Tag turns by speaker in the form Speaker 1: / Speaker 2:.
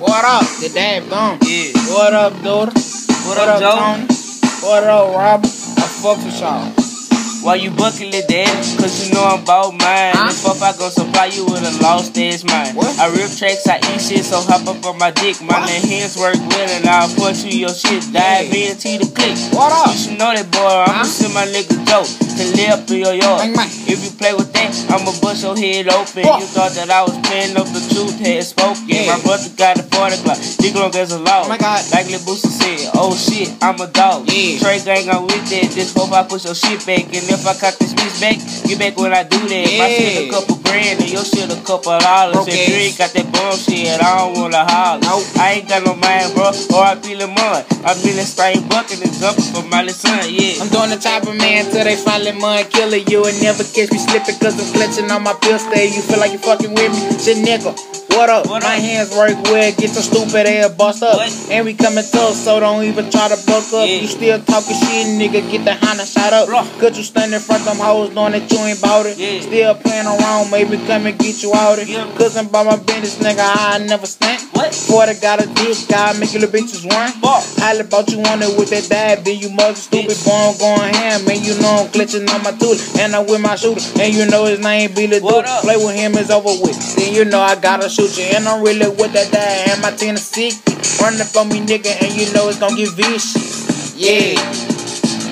Speaker 1: What up? The dab gone.
Speaker 2: Yeah.
Speaker 1: What up, daughter?
Speaker 2: What up, Joe?
Speaker 1: Tony? What up, Rob? I fuck with y'all.
Speaker 2: Why you bucking it, dad? Cause you know I'm about mine.
Speaker 1: Huh?
Speaker 2: This fuck I gon' supply you with a lost ass mind.
Speaker 1: What?
Speaker 2: I rip tracks, I eat shit, so hop up on my dick. My
Speaker 1: What?
Speaker 2: man hands work well and I'll punch you your shit. Dive
Speaker 1: Yeah.
Speaker 2: in to the click.
Speaker 1: What up?
Speaker 2: You should know that boy, I'ma
Speaker 1: Huh?
Speaker 2: send my nigga dope to live through your yard.
Speaker 1: Bang, bang.
Speaker 2: If you play with that, I'ma bust your head open.
Speaker 1: What?
Speaker 2: You thought that I was playing up the truth, had spoken.
Speaker 1: Yeah.
Speaker 2: My brother got a 40 Glock, Dick long as a law.
Speaker 1: Oh my God.
Speaker 2: Like Lil Boosie said, oh shit, I'm a dog.
Speaker 1: Yeah.
Speaker 2: Trey gang, I'm with that. This hope I push your shit back. And if I cut this bitch back, get back when I do that. My shit a
Speaker 1: Yeah.
Speaker 2: couple grand and your shit a couple dollars.
Speaker 1: Okay.
Speaker 2: If you ain't got that bum shit, I don't wanna holler.
Speaker 1: Nope.
Speaker 2: I ain't got no mind, bro. Or I feel mud. I'm feeling straight bucking and jumping for my little son, yeah.
Speaker 1: I'm doing the type of man till they finally mud killer you and never catch me slipping cause I'm clutching on my pill stay. You feel like you fucking with me? Shit nigga. What up?
Speaker 2: What
Speaker 1: my
Speaker 2: up?
Speaker 1: hands work well, get your stupid ass bust up.
Speaker 2: What?
Speaker 1: And we coming tough, so don't even try to buck up.
Speaker 2: Yeah.
Speaker 1: You still talking shit, nigga, get the Honda shot up.
Speaker 2: Bruh.
Speaker 1: Cause you stand in front of them hoes knowing that you ain't bout it.
Speaker 2: Yeah.
Speaker 1: Still playing around, maybe come and get you out it.
Speaker 2: Yeah.
Speaker 1: Cause I'm by my business, nigga, I never stand.
Speaker 2: What?
Speaker 1: Before they got a dick, God make you little bitches run.
Speaker 2: Fuck.
Speaker 1: Holla about you on it with that dab, then you mother stupid.
Speaker 2: Bitch.
Speaker 1: Boy, I'm going ham, man. You know I'm glitching on my tool, and I'm with my shooter, and you know his name be the dude.
Speaker 2: What up?
Speaker 1: Play with him is over with. Then you know I gotta shoot you, and I'm really with that dab and my Tennessee. Run up on me, nigga, and you know it's gonna get vicious. Yeah,